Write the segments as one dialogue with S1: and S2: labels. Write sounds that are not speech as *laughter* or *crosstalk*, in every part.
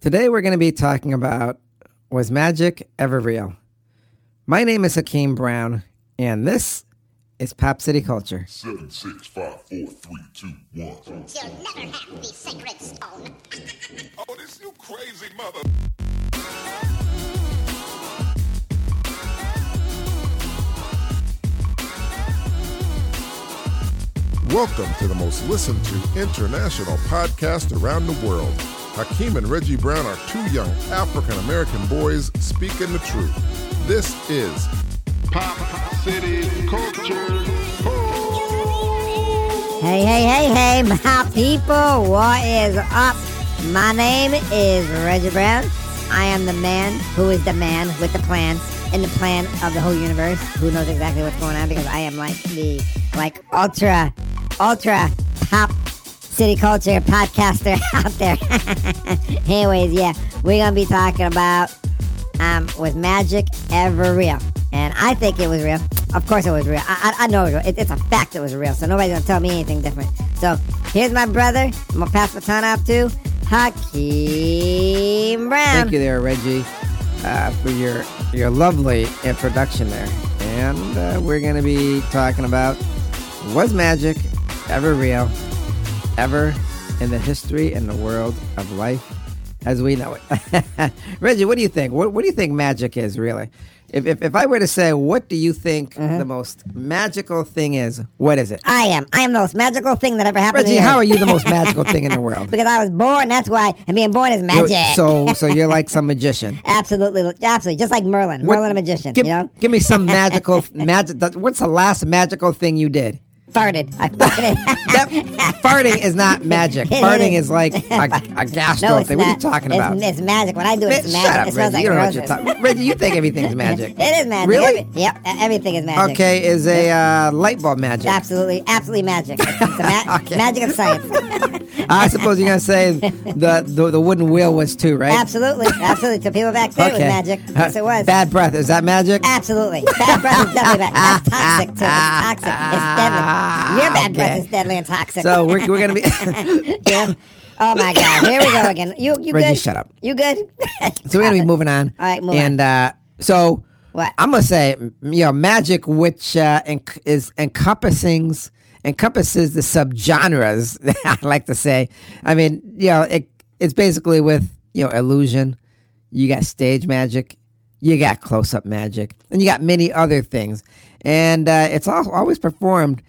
S1: Today we're going to be talking about Was Magic Ever Real? My name is Hakeem Brown, and this is Pop City Culture.
S2: Seven, six, five, four, three, two, one.
S3: You'll never have the sacred stone.
S2: Oh, this you crazy mother.
S4: Welcome to the most listened to international podcast around the world. Hakeem and Reggie Brown are two young African American boys speaking the truth. This is
S2: Pop City Culture.
S5: Hey, hey, hey, hey, my people, what is up? My name is Reggie Brown. I am the man who is the man with the plan and the plan of the whole universe. Who knows exactly what's going on because I am like the, like, ultra, ultra pop city culture podcaster *laughs* out there. *laughs* Anyways, yeah, we're going to be talking about um, was magic ever real? And I think it was real. Of course it was real. I, I, I know it was real. It, it's a fact it was real, so nobody's gonna tell me anything different. So here's my brother. I'm gonna pass the baton off to Hakeem Brown.
S1: Thank you there, Reggie, uh, for your, your lovely introduction there. And uh, we're going to be talking about Was Magic Ever Real? Ever in the history and the world of life as we know it. *laughs* Reggie, what do you think? What, what do you think magic is, really? If, if, if I were to say, what do you think the most magical thing is, what is it?
S5: I am. I am the most magical thing that ever happened
S1: Reggie,
S5: to me.
S1: how are you the most magical thing in the world?
S5: Because I was born, that's why. And being born is
S1: You're-
S5: *laughs* magic.
S1: So, so you're like some magician.
S5: absolutely, absolutely. Just like Merlin.
S1: What-
S5: Merlin a magician,
S1: Give,
S5: you know?
S1: give me
S5: *laughs*
S1: some magical magic. What's the last magical thing you did?
S5: Farted. I farted. *laughs*
S1: That, farting is not magic.
S5: It
S1: Farting
S5: is.
S1: is
S5: *laughs*
S1: like a, a gastro
S5: no, it's
S1: thing.
S5: Not.
S1: What are you talking
S5: It's-
S1: about?
S5: It's, magic. When I do it, it's
S1: Man,
S5: magic.
S1: Shut
S5: it
S1: up, Reggie.
S5: smells like
S1: you don't know what
S5: roses.
S1: you're talking. Reggie, you
S5: *laughs*
S1: think everything's magic?
S5: It is magic.
S1: Really?
S5: Every- yep. e- Everything is magic.
S1: Okay, is a uh, light bulb magic?
S5: It's absolutely, absolutely magic. It's the
S1: *laughs*
S5: ma-
S1: Okay.
S5: magic of science.
S1: I suppose you're gonna
S5: *laughs*
S1: say the the, the wooden wheel was too, right?
S5: absolutely, absolutely. To people back there, it was magic. Yes, it was.
S1: Uh, Bad breath. Is that magic?
S5: Absolutely. Bad breath is definitely bad. That's toxic too.
S1: *laughs*
S5: It's toxic. It's deadly. Your bad breath
S1: Okay.
S5: is deadly and toxic.
S1: So we're, we're gonna be.
S5: *laughs* Yeah. Oh my God. Here we go again. You, you
S1: Reggie,
S5: good?
S1: shut up.
S5: You good?
S1: *laughs* So we're gonna be moving on.
S5: All right, move on.
S1: and uh, so
S5: What?
S1: I'm gonna say, m- you know, magic, which uh, enc- is encompassings encompasses the subgenres. *laughs* I like to say. I mean, you know, it it's basically with you know illusion. You got stage magic, you got close up magic, and you got many other things. And uh, it's all, always performed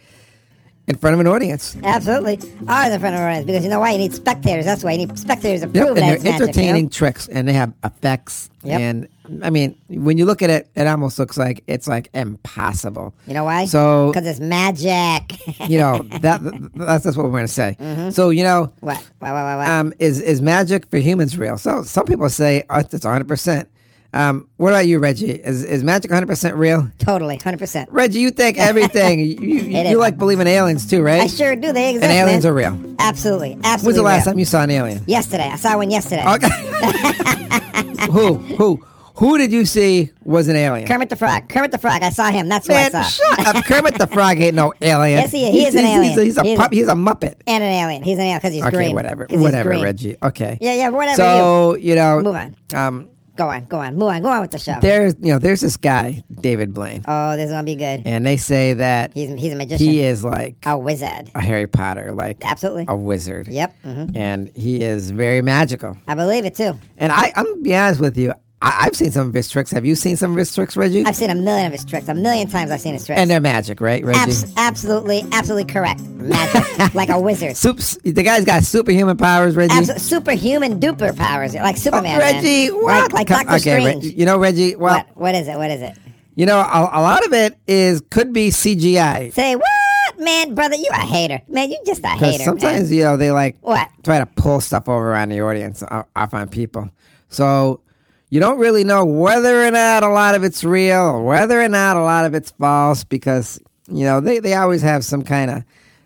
S1: in front of an audience.
S5: *laughs* Absolutely. Ours in front of our eyes because you know why? You need spectators. That's why you need spectators to prove
S1: Yep, and
S5: that
S1: they're
S5: it's magic, you know?
S1: entertaining tricks, and they have effects.
S5: Yep.
S1: And I mean, when you look at it, it almost looks like it's like impossible.
S5: You know why? *laughs*
S1: So
S5: because it's magic. *laughs*
S1: you know that that's, that's what we're going to say.
S5: Mm-hmm.
S1: So you know,
S5: what? What? What? What? what?
S1: um, is is magic for humans real? So some people say oh, it's 100. percent um, What about you, Reggie? Is is magic 100 percent real?
S5: totally, hundred percent.
S1: Reggie, you think everything.
S5: *laughs*
S1: you you,
S5: It
S1: you
S5: is.
S1: like believe in aliens too, right?
S5: I sure do. They exist.
S1: And aliens
S5: man.
S1: are real. When's
S5: absolutely, absolutely.
S1: the last
S5: real.
S1: time Oh. you saw an alien?
S5: Yesterday, I saw one yesterday.
S1: Okay. *laughs* who who who did you see was an alien?
S5: Kermit the Frog. Kermit the Frog. I saw him. That's who
S1: Man,
S5: I saw.
S1: shut up. Kermit the Frog ain't no alien.
S5: Yes, he is. He
S1: He's-
S5: is an
S1: he's-
S5: alien.
S1: He's a, he's a
S5: He is.
S1: pup. He's a muppet.
S5: and an alien. He's an alien because he's
S1: Okay,
S5: green.
S1: whatever.
S5: 'Cause he's
S1: Whatever,
S5: green.
S1: Reggie. Okay.
S5: Yeah, yeah, whatever. you.
S1: So, you know,
S5: Move on.
S1: Um,
S5: Go on, go on, move on, go on with the show.
S1: there's, you know, there's this guy, David Blaine,
S5: oh, this is gonna be good.
S1: and they say that
S5: He's he's a magician.
S1: he is like
S5: a wizard.
S1: a Harry Potter, like
S5: Oh. Absolutely.
S1: a wizard.
S5: Yep. hmm
S1: And he is very magical.
S5: I believe it too.
S1: And I, I'm going to be honest with you. I, I've seen some of his tricks. Have you seen some of his tricks, Reggie?
S5: I've seen a million of his tricks. A million times I've seen his tricks.
S1: and they're magic, right, Reggie?
S5: Abs- absolutely, absolutely correct.
S1: *laughs*
S5: Magic, like a wizard.
S1: Sups- the guy's got superhuman powers, Reggie.
S5: Abso- superhuman duper powers, like Superman. man.
S1: Mm-hmm. Oh, Reggie, what?
S5: Like, like
S1: Come-
S5: Doctor
S1: okay, Re-
S5: Strange.
S1: you know, Reggie, well,
S5: what? What is it? What is it?
S1: you know, a, a lot of it is could be CGI.
S5: Say what, man, brother? You a hater, man? You just a
S1: 'Cause
S5: hater.
S1: sometimes,
S5: man.
S1: you know, they like
S5: What?
S1: try to pull stuff over on the audience, o- off on people. So you don't really know whether or not a lot of it's real, or whether or not a lot of it's false, because, you know, they, they always have some kind of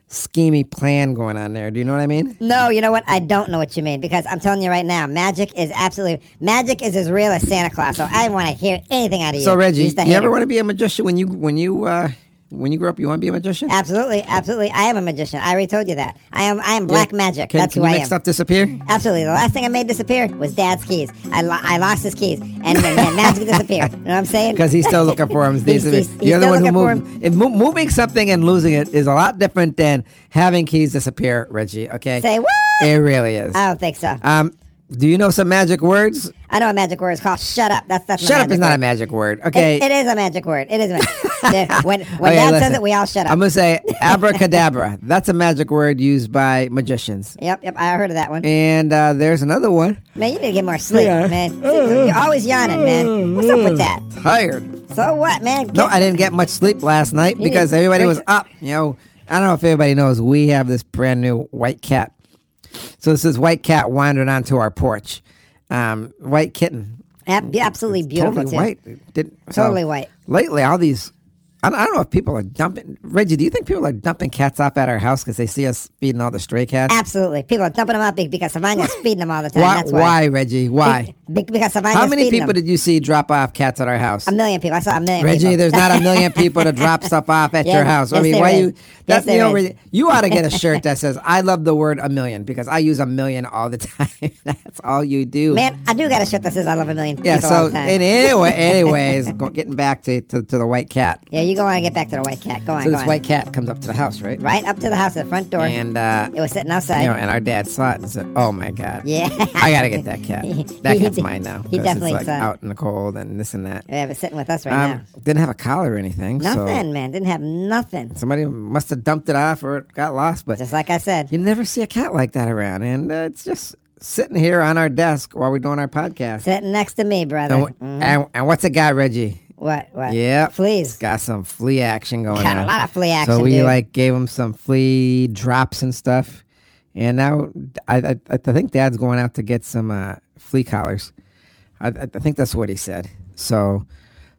S1: schemy plan going on there. Do you know what I mean?
S5: No, you know what? I don't know what you mean because I'm telling you right now, magic is absolutely magic is as real as Santa Claus. So I want to hear anything out of you.
S1: So Reggie,
S5: Just a
S1: you ever
S5: hater.
S1: want to be a magician when you when you uh, when you grow up, you want to be a magician?
S5: Absolutely, absolutely. I am a magician. I already told you that. I am. I am black magic.
S1: Can,
S5: That's
S1: can
S5: who
S1: you
S5: I
S1: make
S5: am.
S1: stuff disappear?
S5: Absolutely. The last thing I made disappear was Dad's keys. I, lo- I lost his keys, and then
S1: *laughs*
S5: then magic disappeared. You know what I'm saying?
S1: Because he's still looking for him.
S5: *laughs* He's- he's- he's
S1: You're the one
S5: still
S1: who
S5: looking
S1: moved. If mo- moving something and losing it is a lot different than having keys disappear, Reggie. Okay.
S5: Say what? Uh,
S1: It really is.
S5: I don't think so.
S1: um, do you know some magic words?
S5: I know a magic word is called shut up. That's that's
S1: Shut up is not a
S5: word.
S1: magic word. Okay.
S5: It, it is a magic word. It is. A
S1: *laughs*
S5: magic word. when when
S1: Okay,
S5: Dad says
S1: listen.
S5: it, we all shut up.
S1: I'm gonna say abracadabra. That's a magic word used by magicians.
S5: yep, yep. I heard of that one.
S1: And uh, there's another one.
S5: Man, you need to get more sleep,
S1: Yeah.
S5: man. You're always yawning, man. What's up with that?
S1: Tired.
S5: So what, man?
S1: No,
S5: Get-
S1: I didn't get much sleep last night
S5: need
S1: because everybody was
S5: drink-
S1: up. You know, I don't know if everybody knows we have this brand new white cat. So this is white cat wandered onto our porch. Um, white kitten,
S5: Ab- yeah, absolutely beautiful.
S1: totally
S5: too.
S1: white. It Didn't, so
S5: Totally white.
S1: Lately, all these. I don't I don't know if people are dumping. Reggie, do you think people are dumping cats off at our house because they see us feeding all the stray cats?
S5: Absolutely. People are dumping them out be- because Savannah's feeding them all the time.
S1: why,
S5: That's
S1: why, Reggie? Why?
S5: Be- because Savannah's
S1: How many
S5: feeding
S1: people
S5: them.
S1: did you see drop off cats at our house?
S5: A million people. I saw a million
S1: Reggie,
S5: people.
S1: there's not a million people to drop stuff off at your
S5: *laughs* Yes,
S1: house. I
S5: yes,
S1: mean,
S5: there
S1: why
S5: is.
S1: you? That's
S5: Yes,
S1: you know,
S5: there is.
S1: Reggie, you ought to
S5: *laughs*
S1: get a shirt that says "I love the word a million because I use a million all the *laughs* time. that's all you do.
S5: Man, I do got a shirt that says I love a million
S1: yeah.
S5: people all
S1: So
S5: the time.
S1: and
S5: *laughs*
S1: anyway, anyways, go, getting back to, to to the white cat.
S5: yeah, you go on and get back to the white cat. Go on,
S1: So
S5: go
S1: this
S5: on.
S1: white cat comes up to the house, right?
S5: right up to the house at the front door.
S1: And uh,
S5: it was sitting
S1: you
S5: outside.
S1: know, and our dad saw it and said, "Oh my god,
S5: Yeah. *laughs*
S1: I gotta get that cat. That
S5: He
S1: cat's
S5: did-
S1: mine now.
S5: he
S1: 'cause
S5: definitely
S1: it's like
S5: saw it.
S1: out in the cold and this and that.
S5: yeah, it was sitting with us right
S1: Um, didn't have a collar or anything.
S5: now.
S1: so-
S5: Nothing, man. Didn't have nothing.
S1: Somebody must have dumped it off or it got lost, but
S5: Just like I said.
S1: you never see a cat like that around. And uh, it's just sitting here on our desk while we're doing our podcast.
S5: Sitting next to me, brother.
S1: And, wh-
S5: Mhm.
S1: and, and what's it got, Reggie?
S5: What? What?
S1: Yep.
S5: Please.
S1: Got some flea action going
S5: Uh, Got a
S1: on.
S5: lot of flea
S1: So
S5: action,
S1: we
S5: dude.
S1: like gave him some flea drops and stuff. And now I, I, I think Dad's going out to get some uh, flea collars. I, I I think that's what he said. So,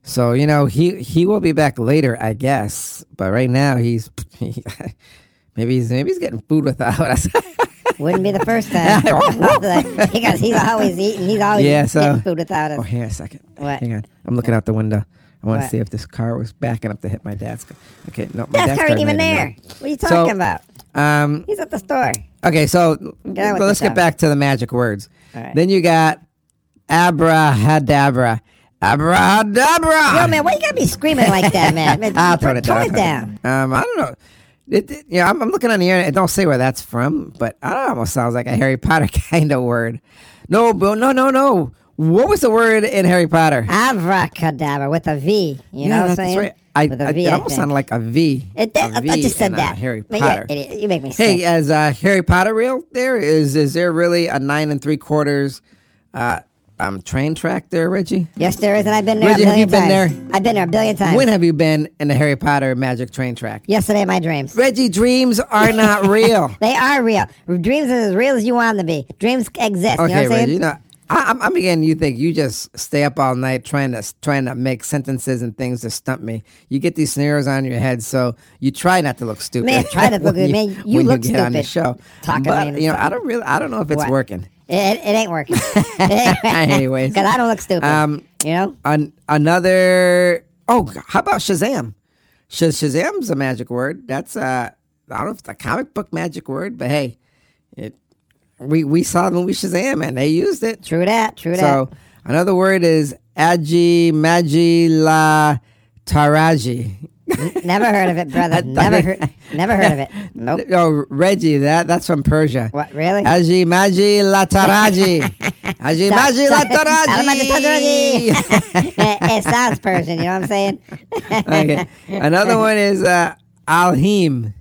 S1: so you know he he will be back later, I guess. But right now he's *laughs* maybe he's maybe he's getting food without us. *laughs*
S5: Wouldn't be the first time. *laughs* because he's always eating. He's always
S1: Yeah,
S5: getting
S1: so-
S5: food without us.
S1: oh, hang on a second.
S5: What?
S1: Hang on. I'm looking out the window. I want to
S5: What?
S1: see if this car was backing up to hit my dad's car. Okay, no, my
S5: That's
S1: dad's
S5: car
S1: car
S5: ain't even
S1: made it, no.
S5: there. What are you talking about?
S1: Um,
S5: He's at the store.
S1: Okay, so
S5: Get on with
S1: let's
S5: the
S1: get
S5: job.
S1: back to the magic words.
S5: All right.
S1: Then you got abrahadabra. Abrahadabra.
S5: Yo, Oh, man, why you gotta be screaming like that, man? Man,
S1: *laughs* I'll turn it down.
S5: Tone it down.
S1: Um, I don't know. It, it- yeah, I'm, I'm looking on the internet. It don't say where that's from, but I don't know, it almost sounds like a Harry Potter *laughs* kind of word. No, Bill, no, no, no. What was the word in Harry Potter?
S5: Abracadabra with a V. You know what I'm
S1: that's
S5: saying?
S1: right. I,
S5: with a
S1: I-
S5: V,
S1: it
S5: I
S1: almost
S5: think.
S1: sounded like a V.
S5: It did.
S1: A
S5: I- I
S1: V
S5: just said
S1: in, uh,
S5: that.
S1: Harry
S5: But
S1: Potter.
S5: Yeah, idiot. You make me sick.
S1: Hey, as uh, Harry Potter real there is is there really a nine and three quarters uh, um train track there, Reggie?
S5: Yes, there is, and I've been there
S1: Reggie,
S5: a
S1: have you
S5: million
S1: been
S5: times. I've been there a billion times.
S1: When have you been in the Harry Potter magic train track?
S5: Yesterday, in my dreams.
S1: Reggie, dreams are not
S5: *laughs*
S1: real.
S5: They are real. Dreams are as real as you want them to be. Dreams exist. you know what
S1: okay,
S5: I'm saying?
S1: Reggie, you know. I, I'm, I'm beginning. You think you just stay up all night trying to trying to make sentences and things to stump me. You get these scenarios on your head, so you try not to look stupid.
S5: Man,
S1: *laughs*
S5: try to look-
S1: when
S5: man, you
S1: when
S5: look
S1: get on the
S5: stupid
S1: show.
S5: talking to me
S1: but
S5: and
S1: you know,
S5: stuff.
S1: I don't really, I don't know if it's
S5: What? *laughs*
S1: working.
S5: It, it
S1: *laughs*
S5: ain't working.
S1: Anyways.
S5: because I don't look stupid.
S1: Um,
S5: you know,
S1: An- another. Oh, how about Shazam? Sh- Shazam's a magic word. That's uh, I don't know if it's a comic book magic word, but hey, it. We we saw the movie Shazam and they used it.
S5: true that, true
S1: So another word is Agi Magi La Taraji.
S5: that. Never heard of
S1: *laughs*
S5: it, brother. never heard, never heard of it. Nope.
S1: Oh, Reggie, that that's from Persia.
S5: What, really?
S1: Aji Maji
S5: *laughs*
S1: Lataraji. Aji Maji *laughs* Lataraji.
S5: it, it sounds Persian. You know what I'm saying? *laughs*
S1: okay. Another one is uh, Alhim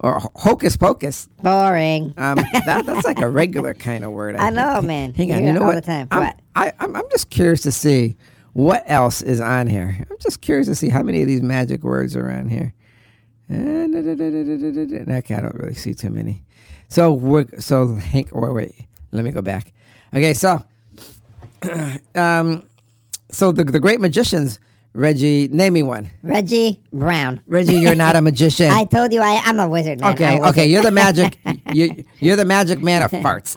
S1: or ho- Hocus Pocus.
S5: Boring.
S1: Um, that, that's like a regular kind of word.
S5: I
S1: think.
S5: know, man.
S1: Hang on,
S5: You
S1: you
S5: hear it
S1: know
S5: all
S1: what?
S5: the time.
S1: I'm,
S5: What?
S1: I, I'm, I'm just curious to see what else is on here. I'm just curious to see how many of these magic words are on here. Uh, da- da- da- da- da- da- da- da- Okay, I don't really see too many. So we're so Hank. Wait, wait. Let me go back. Okay, so *clears throat* um, so the the great magicians, Reggie, name me one.
S5: Reggie Brown.
S1: Reggie, you're not a magician.
S5: *laughs* I told you I, I'm a wizard, man.
S1: okay,
S5: *laughs* I'm a wizard.
S1: okay, you're the magic. You, you're the magic man of farts.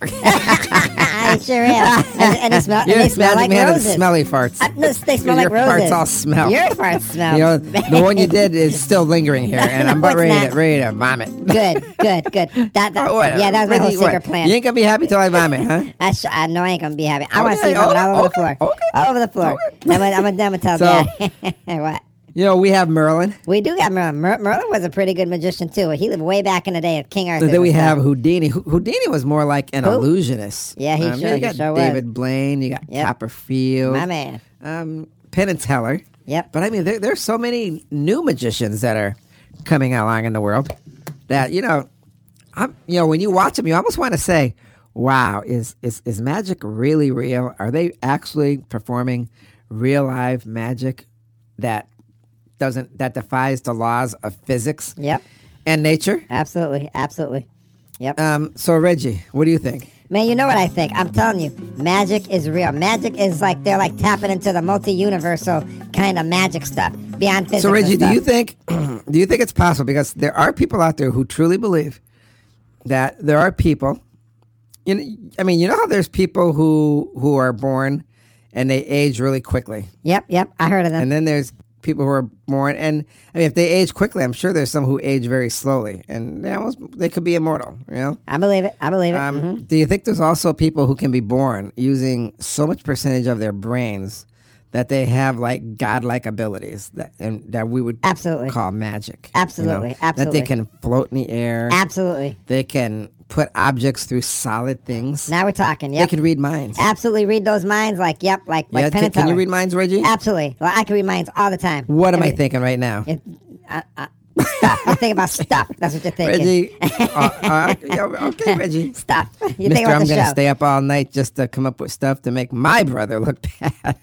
S5: I it sure is. And,
S1: *laughs*
S5: and, it smell, and
S1: You're
S5: they
S1: the
S5: smell
S1: magic
S5: like
S1: man of the
S5: roses.
S1: smelly farts.
S5: Uh, no, they smell
S1: Your
S5: like roses.
S1: farts all smell.
S5: Your farts smell.
S1: You know, the one you did is still lingering here, and
S5: *laughs*
S1: I'm about
S5: No,
S1: ready
S5: it's
S1: to,
S5: not.
S1: ready to vomit. *laughs*
S5: good, good, good. That, that,
S1: Oh, what?
S5: yeah, that was my whole
S1: Really,
S5: secret
S1: what?
S5: plan.
S1: You ain't gonna be happy till I vomit,
S5: *laughs*
S1: huh?
S5: I, sh- I know I ain't gonna be happy. I want to
S1: Okay,
S5: see vomit
S1: oh,
S5: all
S1: okay,
S5: over the floor,
S1: okay.
S5: all over the floor. I'm gonna, I'm gonna, I'm gonna tell
S1: So-
S5: Dad *laughs* what
S1: You know, we have Merlin,
S5: we do got. Merlin. Mer- Merlin was a pretty good magician too. He lived way back in the day of King Arthur.
S1: and then we
S5: and stuff.
S1: have Houdini. Hu- Houdini was more like an illusionist.
S5: Yeah, he
S1: um,
S5: sure-
S1: You
S5: he
S1: got
S5: sure was.
S1: David Blaine. You got
S5: Yep.
S1: Copperfield.
S5: my man.
S1: Um, Penn and Teller.
S5: Yep.
S1: But I mean, there, there's so many new magicians that are coming along in the world that you know, I'm you know when you watch them, you almost want to say, "Wow, is is is magic really real? Are they actually performing real live magic that doesn't that defies the laws of physics
S5: Yep,
S1: and nature?"
S5: absolutely, absolutely. Yep.
S1: Um, so Reggie, what do you think?
S5: Man, you know what I think. I'm telling you, magic is real. Magic is like they're like tapping into the multi-universal kind of magic stuff beyond physics.
S1: So
S5: and
S1: Reggie, do
S5: stuff.
S1: you think *clears throat* do you think it's possible? Because there are people out there who truly believe that there are people. You know, I mean, you know how there's people who who are born and they age really quickly,
S5: Yep, yep. I heard of them.
S1: and then there's people who are born and I mean, if they age quickly, I'm sure there's some who age very slowly, and they almost they could be immortal. You know.
S5: I believe it. I believe it.
S1: Um, Do you think there's also people who can be born using so much percentage of their brains that they have like godlike abilities that and that we would
S5: Absolutely.
S1: call magic? you know?
S5: Absolutely,
S1: That they
S5: absolutely.
S1: can float in the air.
S5: Absolutely.
S1: They can put objects through solid things.
S5: Now we're talking.
S1: They
S5: Yep.
S1: can read minds.
S5: Absolutely read those minds like, yep, like, like
S1: yeah,
S5: pen
S1: can,
S5: and
S1: can you
S5: teller.
S1: read minds, Reggie?
S5: Absolutely. Well, I can read minds all the time.
S1: What am I
S5: Everything.
S1: thinking right now?
S5: Stuff. *laughs* You're thinking about stuff. That's what you're thinking.
S1: Reggie.
S5: *laughs*
S1: uh, uh, yeah, okay, Reggie.
S5: Stuff. *laughs* You
S1: Mister,
S5: think about
S1: I'm
S5: the
S1: gonna
S5: show.
S1: stay up all night just to come up with stuff to make my brother look
S5: *laughs*
S1: bad.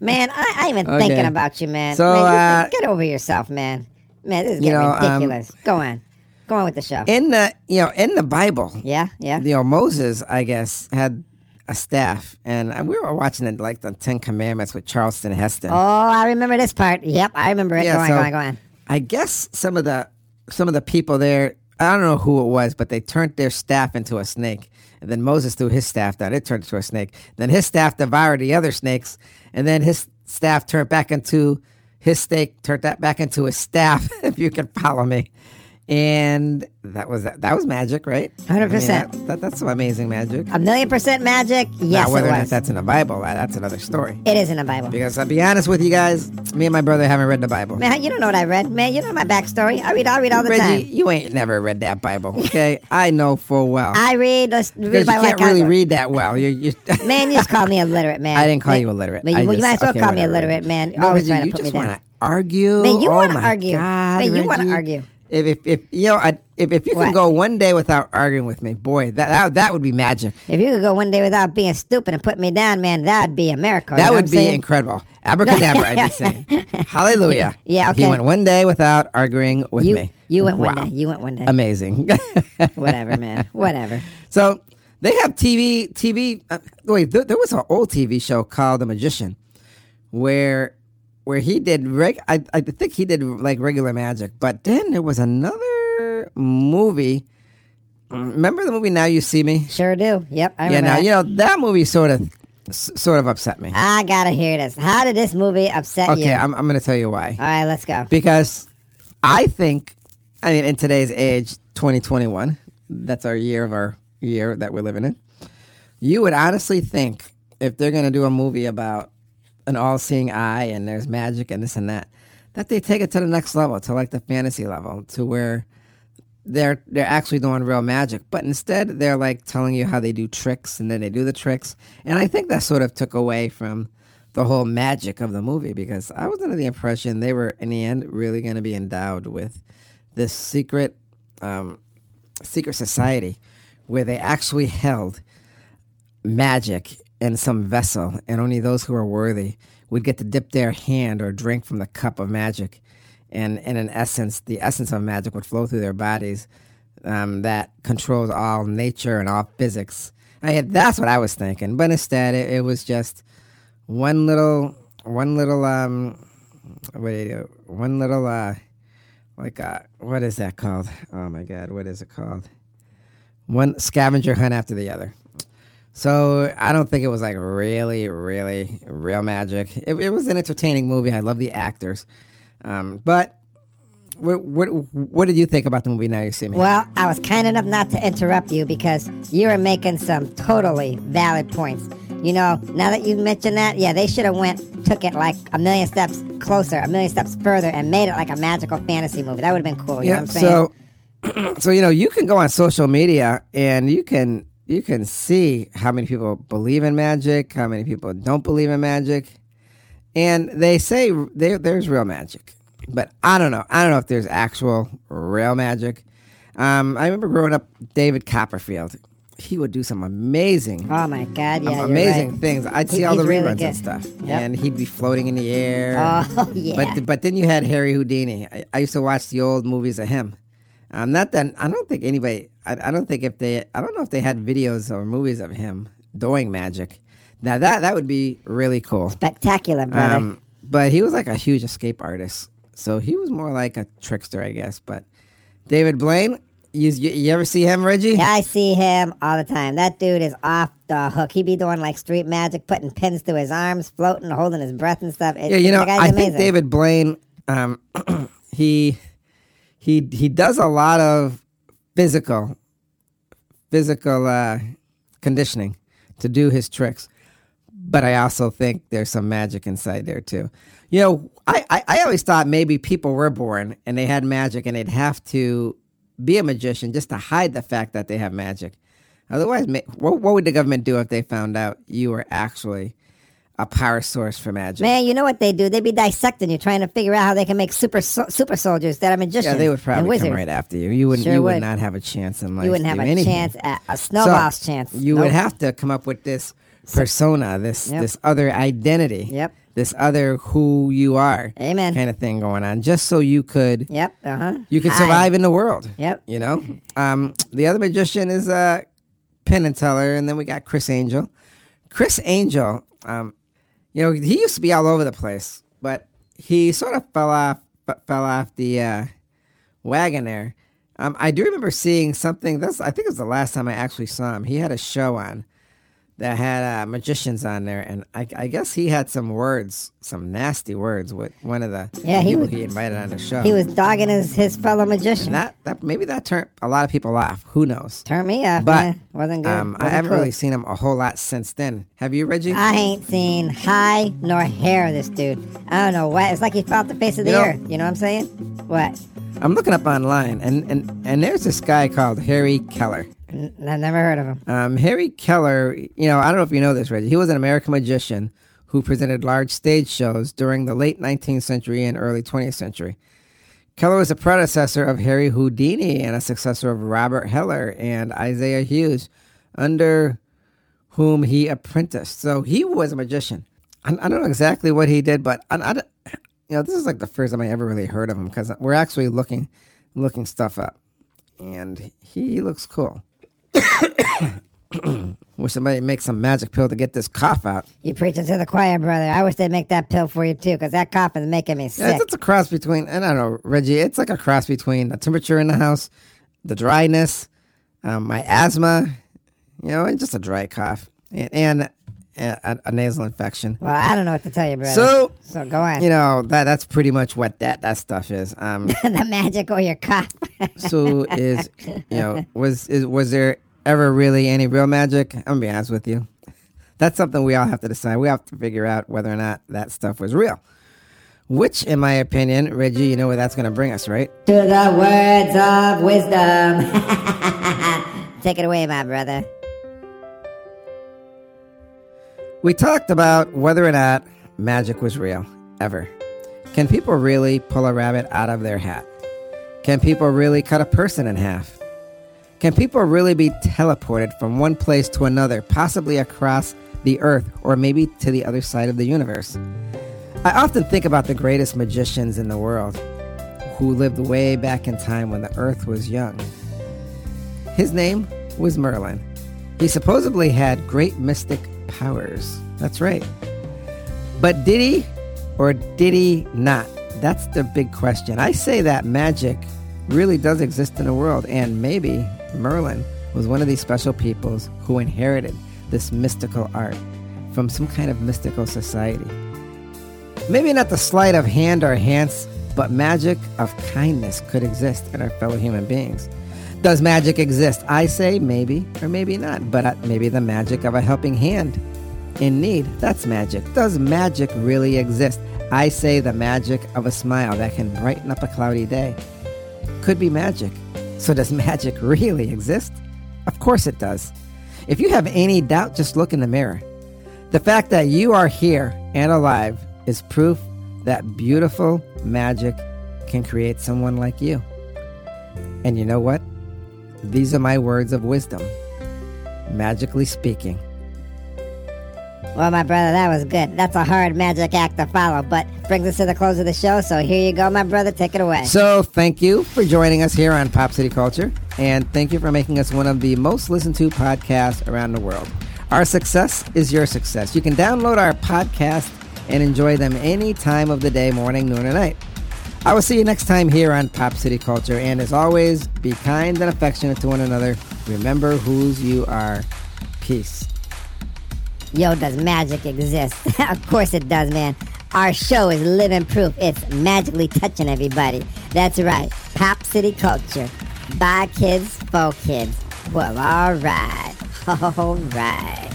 S5: Man, I, I ain't even
S1: Okay.
S5: thinking about you, man.
S1: So,
S5: man, you-
S1: uh,
S5: get over yourself, man. Man, this is
S1: you
S5: getting
S1: know, um,
S5: ridiculous. Go on. Go on with the show.
S1: in the you know in the Bible,
S5: yeah, yeah.
S1: you know Moses, I guess, had a staff, and uh, we were watching it like the Ten Commandments with Charleston Heston.
S5: Oh, I remember this part. Yep, I remember it. go on,
S1: so
S5: go on, go on.
S1: I guess some of the some of the people there, I don't know who it was, but they turned their staff into a snake, and then Moses threw his staff down. It turned into a snake. Then his staff devoured the other snakes, and then his staff turned back into his snake turned that back into a staff. *laughs* If you can follow me. And that was that was magic, right? I mean,
S5: 100%.
S1: that- that- that's some amazing magic.
S5: A million percent magic. Yes,
S1: Now,
S5: it
S1: whether or not
S5: was.
S1: that's in the Bible, uh, that's another story.
S5: It is in the Bible.
S1: Because I'll be honest with you guys, me and my brother haven't read the Bible.
S5: Man, you don't know what I read. Man, you know my backstory. I read, I read all the
S1: Reggie,
S5: time.
S1: you ain't never read that Bible, okay? I know full well.
S5: I read, let's read
S1: because you
S5: by
S1: can't
S5: like
S1: really
S5: Congo.
S1: read that well. You, you, *laughs*
S5: Man, you just called me illiterate, man.
S1: I didn't call
S5: Man,
S1: you illiterate.
S5: Man, you,
S1: I
S5: well, you
S1: just-
S5: might as well
S1: okay,
S5: call me
S1: whatever,
S5: illiterate,
S1: Reggie.
S5: man.
S1: No, Reggie,
S5: Always trying to
S1: you
S5: put me
S1: just
S5: down.
S1: want to argue.
S5: Man, you
S1: oh
S5: wanna
S1: my
S5: argue.
S1: God,
S5: Man, you wanna
S1: Reggie.
S5: argue.
S1: If, if, if you know, I, if, if you
S5: What?
S1: can go one day without arguing with me, boy, that that, that would be magic.
S5: If you could go one day without being stupid and put me down, man, that'd be a miracle. you
S1: That
S5: know what
S1: would
S5: I'm
S1: be
S5: saying? *laughs*
S1: incredible. Abracadabra, I just saying. Hallelujah.
S5: Yeah,
S1: He
S5: okay.
S1: went one day without arguing with
S5: You,
S1: me.
S5: you went one
S1: Wow.
S5: day. You went one day.
S1: Amazing. *laughs*
S5: Whatever, man. Whatever.
S1: So they have TV. TV. Uh, wait, th- there was an old TV show called The Magician, where where he did. Reg- I I think he did like regular magic, but then there was another movie. Remember the movie Now You See Me?
S5: Sure do. Yep. I
S1: Yeah. Now
S5: remember. that. Uh,
S1: you know that movie sort of s- sort of upset me.
S5: I gotta hear this. How did this movie upset
S1: Okay,
S5: you?
S1: I'm I'm gonna tell you why.
S5: All right, let's go.
S1: Because I think, I mean, in today's age, 2021, that's our year of our year that we're living in. You would honestly think if they're going to do a movie about an all seeing eye and there's magic and this and that, that they take it to the next level, to like the fantasy level, to where they're they're actually doing real magic but instead they're like telling you how they do tricks and then they do the tricks and i think that sort of took away from the whole magic of the movie because i was under the impression they were in the end really going to be endowed with this secret um, secret society where they actually held magic in some vessel, and only those who are worthy would get to dip their hand or drink from the cup of magic. And, and in essence, the essence of magic would flow through their bodies um, that controls all nature and all physics. I had, that's what I was thinking, but instead it, it was just one little, one little, um, what do you do? One little, uh, like, uh, what is that called? Oh my God, what is it called? One scavenger hunt after the other. So I don't think it was like really, really real magic. It, it was an entertaining movie. I love the actors, um, but what, what what did you think about the movie? Now you see me.
S5: Well, I was kind enough not to interrupt you because you were making some totally valid points. You know, now that you mentioned that, yeah, they should have went, took it like a million steps closer, a million steps further, and made it like a magical fantasy movie. That would have been cool. You know what I'm
S1: so
S5: saying?
S1: *clears throat* so you know you can go on social media and you can you can see how many people believe in magic, how many people don't believe in magic, and they say there there's real magic, but I don't know. I don't know if there's actual real magic. Um, I remember growing up, David Copperfield. He would do some amazing
S5: oh my God, yeah, you're
S1: amazing
S5: right.
S1: things. I'd see
S5: He-
S1: all the
S5: he's really
S1: reruns
S5: good.
S1: and stuff,
S5: Yep.
S1: and he'd be floating in the air.
S5: Oh *laughs* yeah.
S1: But but then you had Harry Houdini. I, I used to watch the old movies of him. Um, not that I don't think anybody. I, I don't think if they. I don't know if they had videos or movies of him doing magic. Now that that would be really cool.
S5: Spectacular, brother.
S1: Um, but he was like a huge escape artist, so he was more like a trickster, I guess. But David Blaine, you you, you ever see him, Reggie?
S5: Yeah, I see him all the time. That dude is off the hook. He be doing like street magic, putting pins through his arms, floating, holding his breath and stuff. It-
S1: Yeah, you know,
S5: the guy's
S1: I
S5: amazing.
S1: think David Blaine, um, *clears throat* he he he does a lot of physical physical uh, conditioning to do his tricks, but I also think there's some magic inside there too. You know, I, I, I always thought maybe people were born and they had magic and they'd have to be a magician just to hide the fact that they have magic. Otherwise, ma- what, what would the government do if they found out you were actually a power source for magic?
S5: Man, you know what they do? They be dissecting you, trying to figure out how they can make super sol- super soldiers that are magicians.
S1: Yeah, they would
S5: and
S1: probably
S5: wizards.
S1: come right after you. You wouldn't.
S5: Sure
S1: you would,
S5: would.
S1: not have a chance in life.
S5: You wouldn't
S1: to
S5: have
S1: do
S5: a
S1: anything.
S5: chance, at a
S1: So,
S5: snowball's chance.
S1: You
S5: Nope.
S1: would have to come up with this persona, this
S5: Yep.
S1: this other identity.
S5: Yep.
S1: This other who you are.
S5: Amen.
S1: Kind of thing going on, just so you could
S5: Yep. Uh huh.
S1: you could survive in the world.
S5: Yep.
S1: You know. Um. The other magician is uh, Penn and Teller, and then we got Chris Angel. Chris Angel. Um. You know, he used to be all over the place, but he sort of fell off f- fell off the uh, wagon there. Um, I do remember seeing something. That's I think it was the last time I actually saw him. He had a show on that had uh, magicians on there, and I, I guess he had some words, some nasty words with one of the
S5: Yeah, he
S1: people
S5: was-
S1: he invited on the show.
S5: He was dogging his, his fellow magician.
S1: And that, that maybe that turned a lot of people off. Who knows?
S5: Turned me off.
S1: But
S5: man. wasn't good.
S1: Um, I
S5: Wasn't
S1: haven't
S5: cool.
S1: really seen him a whole lot since then. Have you, Reggie?
S5: I ain't seen high nor hair of this dude. I don't know why. It's like he fell off the face of the
S1: You know-
S5: earth. You know what I'm saying? What?
S1: I'm looking up online, and, and, and there's this guy called Harry Keller.
S5: N- I've never heard of him.
S1: Um, Harry Keller, you know, I don't know if you know this, Reggie. He was an American magician who presented large stage shows during the late 19th century and early 20th century. Keller was a predecessor of Harry Houdini and a successor of Robert Heller and Isaiah Hughes, under whom he apprenticed. So he was a magician. I, I don't know exactly what he did, but I, I don't- you know, this is like the first time I ever really heard of him because we're actually looking looking stuff up, and he looks cool. Wish somebody would make some magic pill to get this cough out.
S5: You preaching to the choir, brother. I wish they'd make that pill for you too, because that cough is making me
S1: Yeah,
S5: sick.
S1: it's, it's a cross between, and I don't know, Reggie, it's like a cross between the temperature in the house, the dryness, um, my asthma, you know, and just a dry cough and, and a, a nasal infection.
S5: well, I don't know what to tell you, brother.
S1: So,
S5: so go on.
S1: you know, that that's pretty much what that, that stuff is. Um,
S5: *laughs* the magic or your cough. *laughs*
S1: so is, you know, was is, was there ever really any real magic? I'm going to be honest with you. That's something we all have to decide. We have to figure out whether or not that stuff was real. Which, in my opinion, Reggie, you know where that's going to bring us, right?
S5: to the words of wisdom. *laughs* Take it away, my brother.
S1: We talked about whether or not magic was real, ever. Can people really pull a rabbit out of their hat? Can people really cut a person in half? Can people really be teleported from one place to another, possibly across the earth or maybe to the other side of the universe? I often think about the greatest magicians in the world who lived way back in time when the earth was young. His name was Merlin. He supposedly had great mystic powers. That's right. But did he or did he not? That's the big question. I say that magic really does exist in the world, and maybe Merlin was one of these special peoples who inherited this mystical art from some kind of mystical society. Maybe not the sleight of hand or hands, but magic of kindness could exist in our fellow human beings. Does magic exist? I say maybe or maybe not, but uh, maybe the magic of a helping hand in need, that's magic. Does magic really exist? I say the magic of a smile that can brighten up a cloudy day could be magic. So, does *laughs* magic really exist? Of course it does. If you have any doubt, just look in the mirror. The fact that you are here and alive is proof that beautiful magic can create someone like you. And you know what? These are my words of wisdom. Magically speaking,
S5: Well, my brother, that was good. That's a hard magic act to follow, but brings us to the close of the show. So here you go, my brother. Take it away.
S1: So, thank you for joining us here on Pop City Culture, and thank you for making us one of the most listened to podcasts around the world. Our success is your success. You can download our podcast and enjoy them any time of the day, morning, noon, or night. I will see you next time here on Pop City Culture, and as always, be kind and affectionate to one another. Remember whose you are. Peace.
S5: Yo, does magic exist? *laughs* of course it does, man. Our show is living proof. It's magically touching everybody. That's right. Pop City Culture. By kids, for kids. Well, *laughs* all right. All right.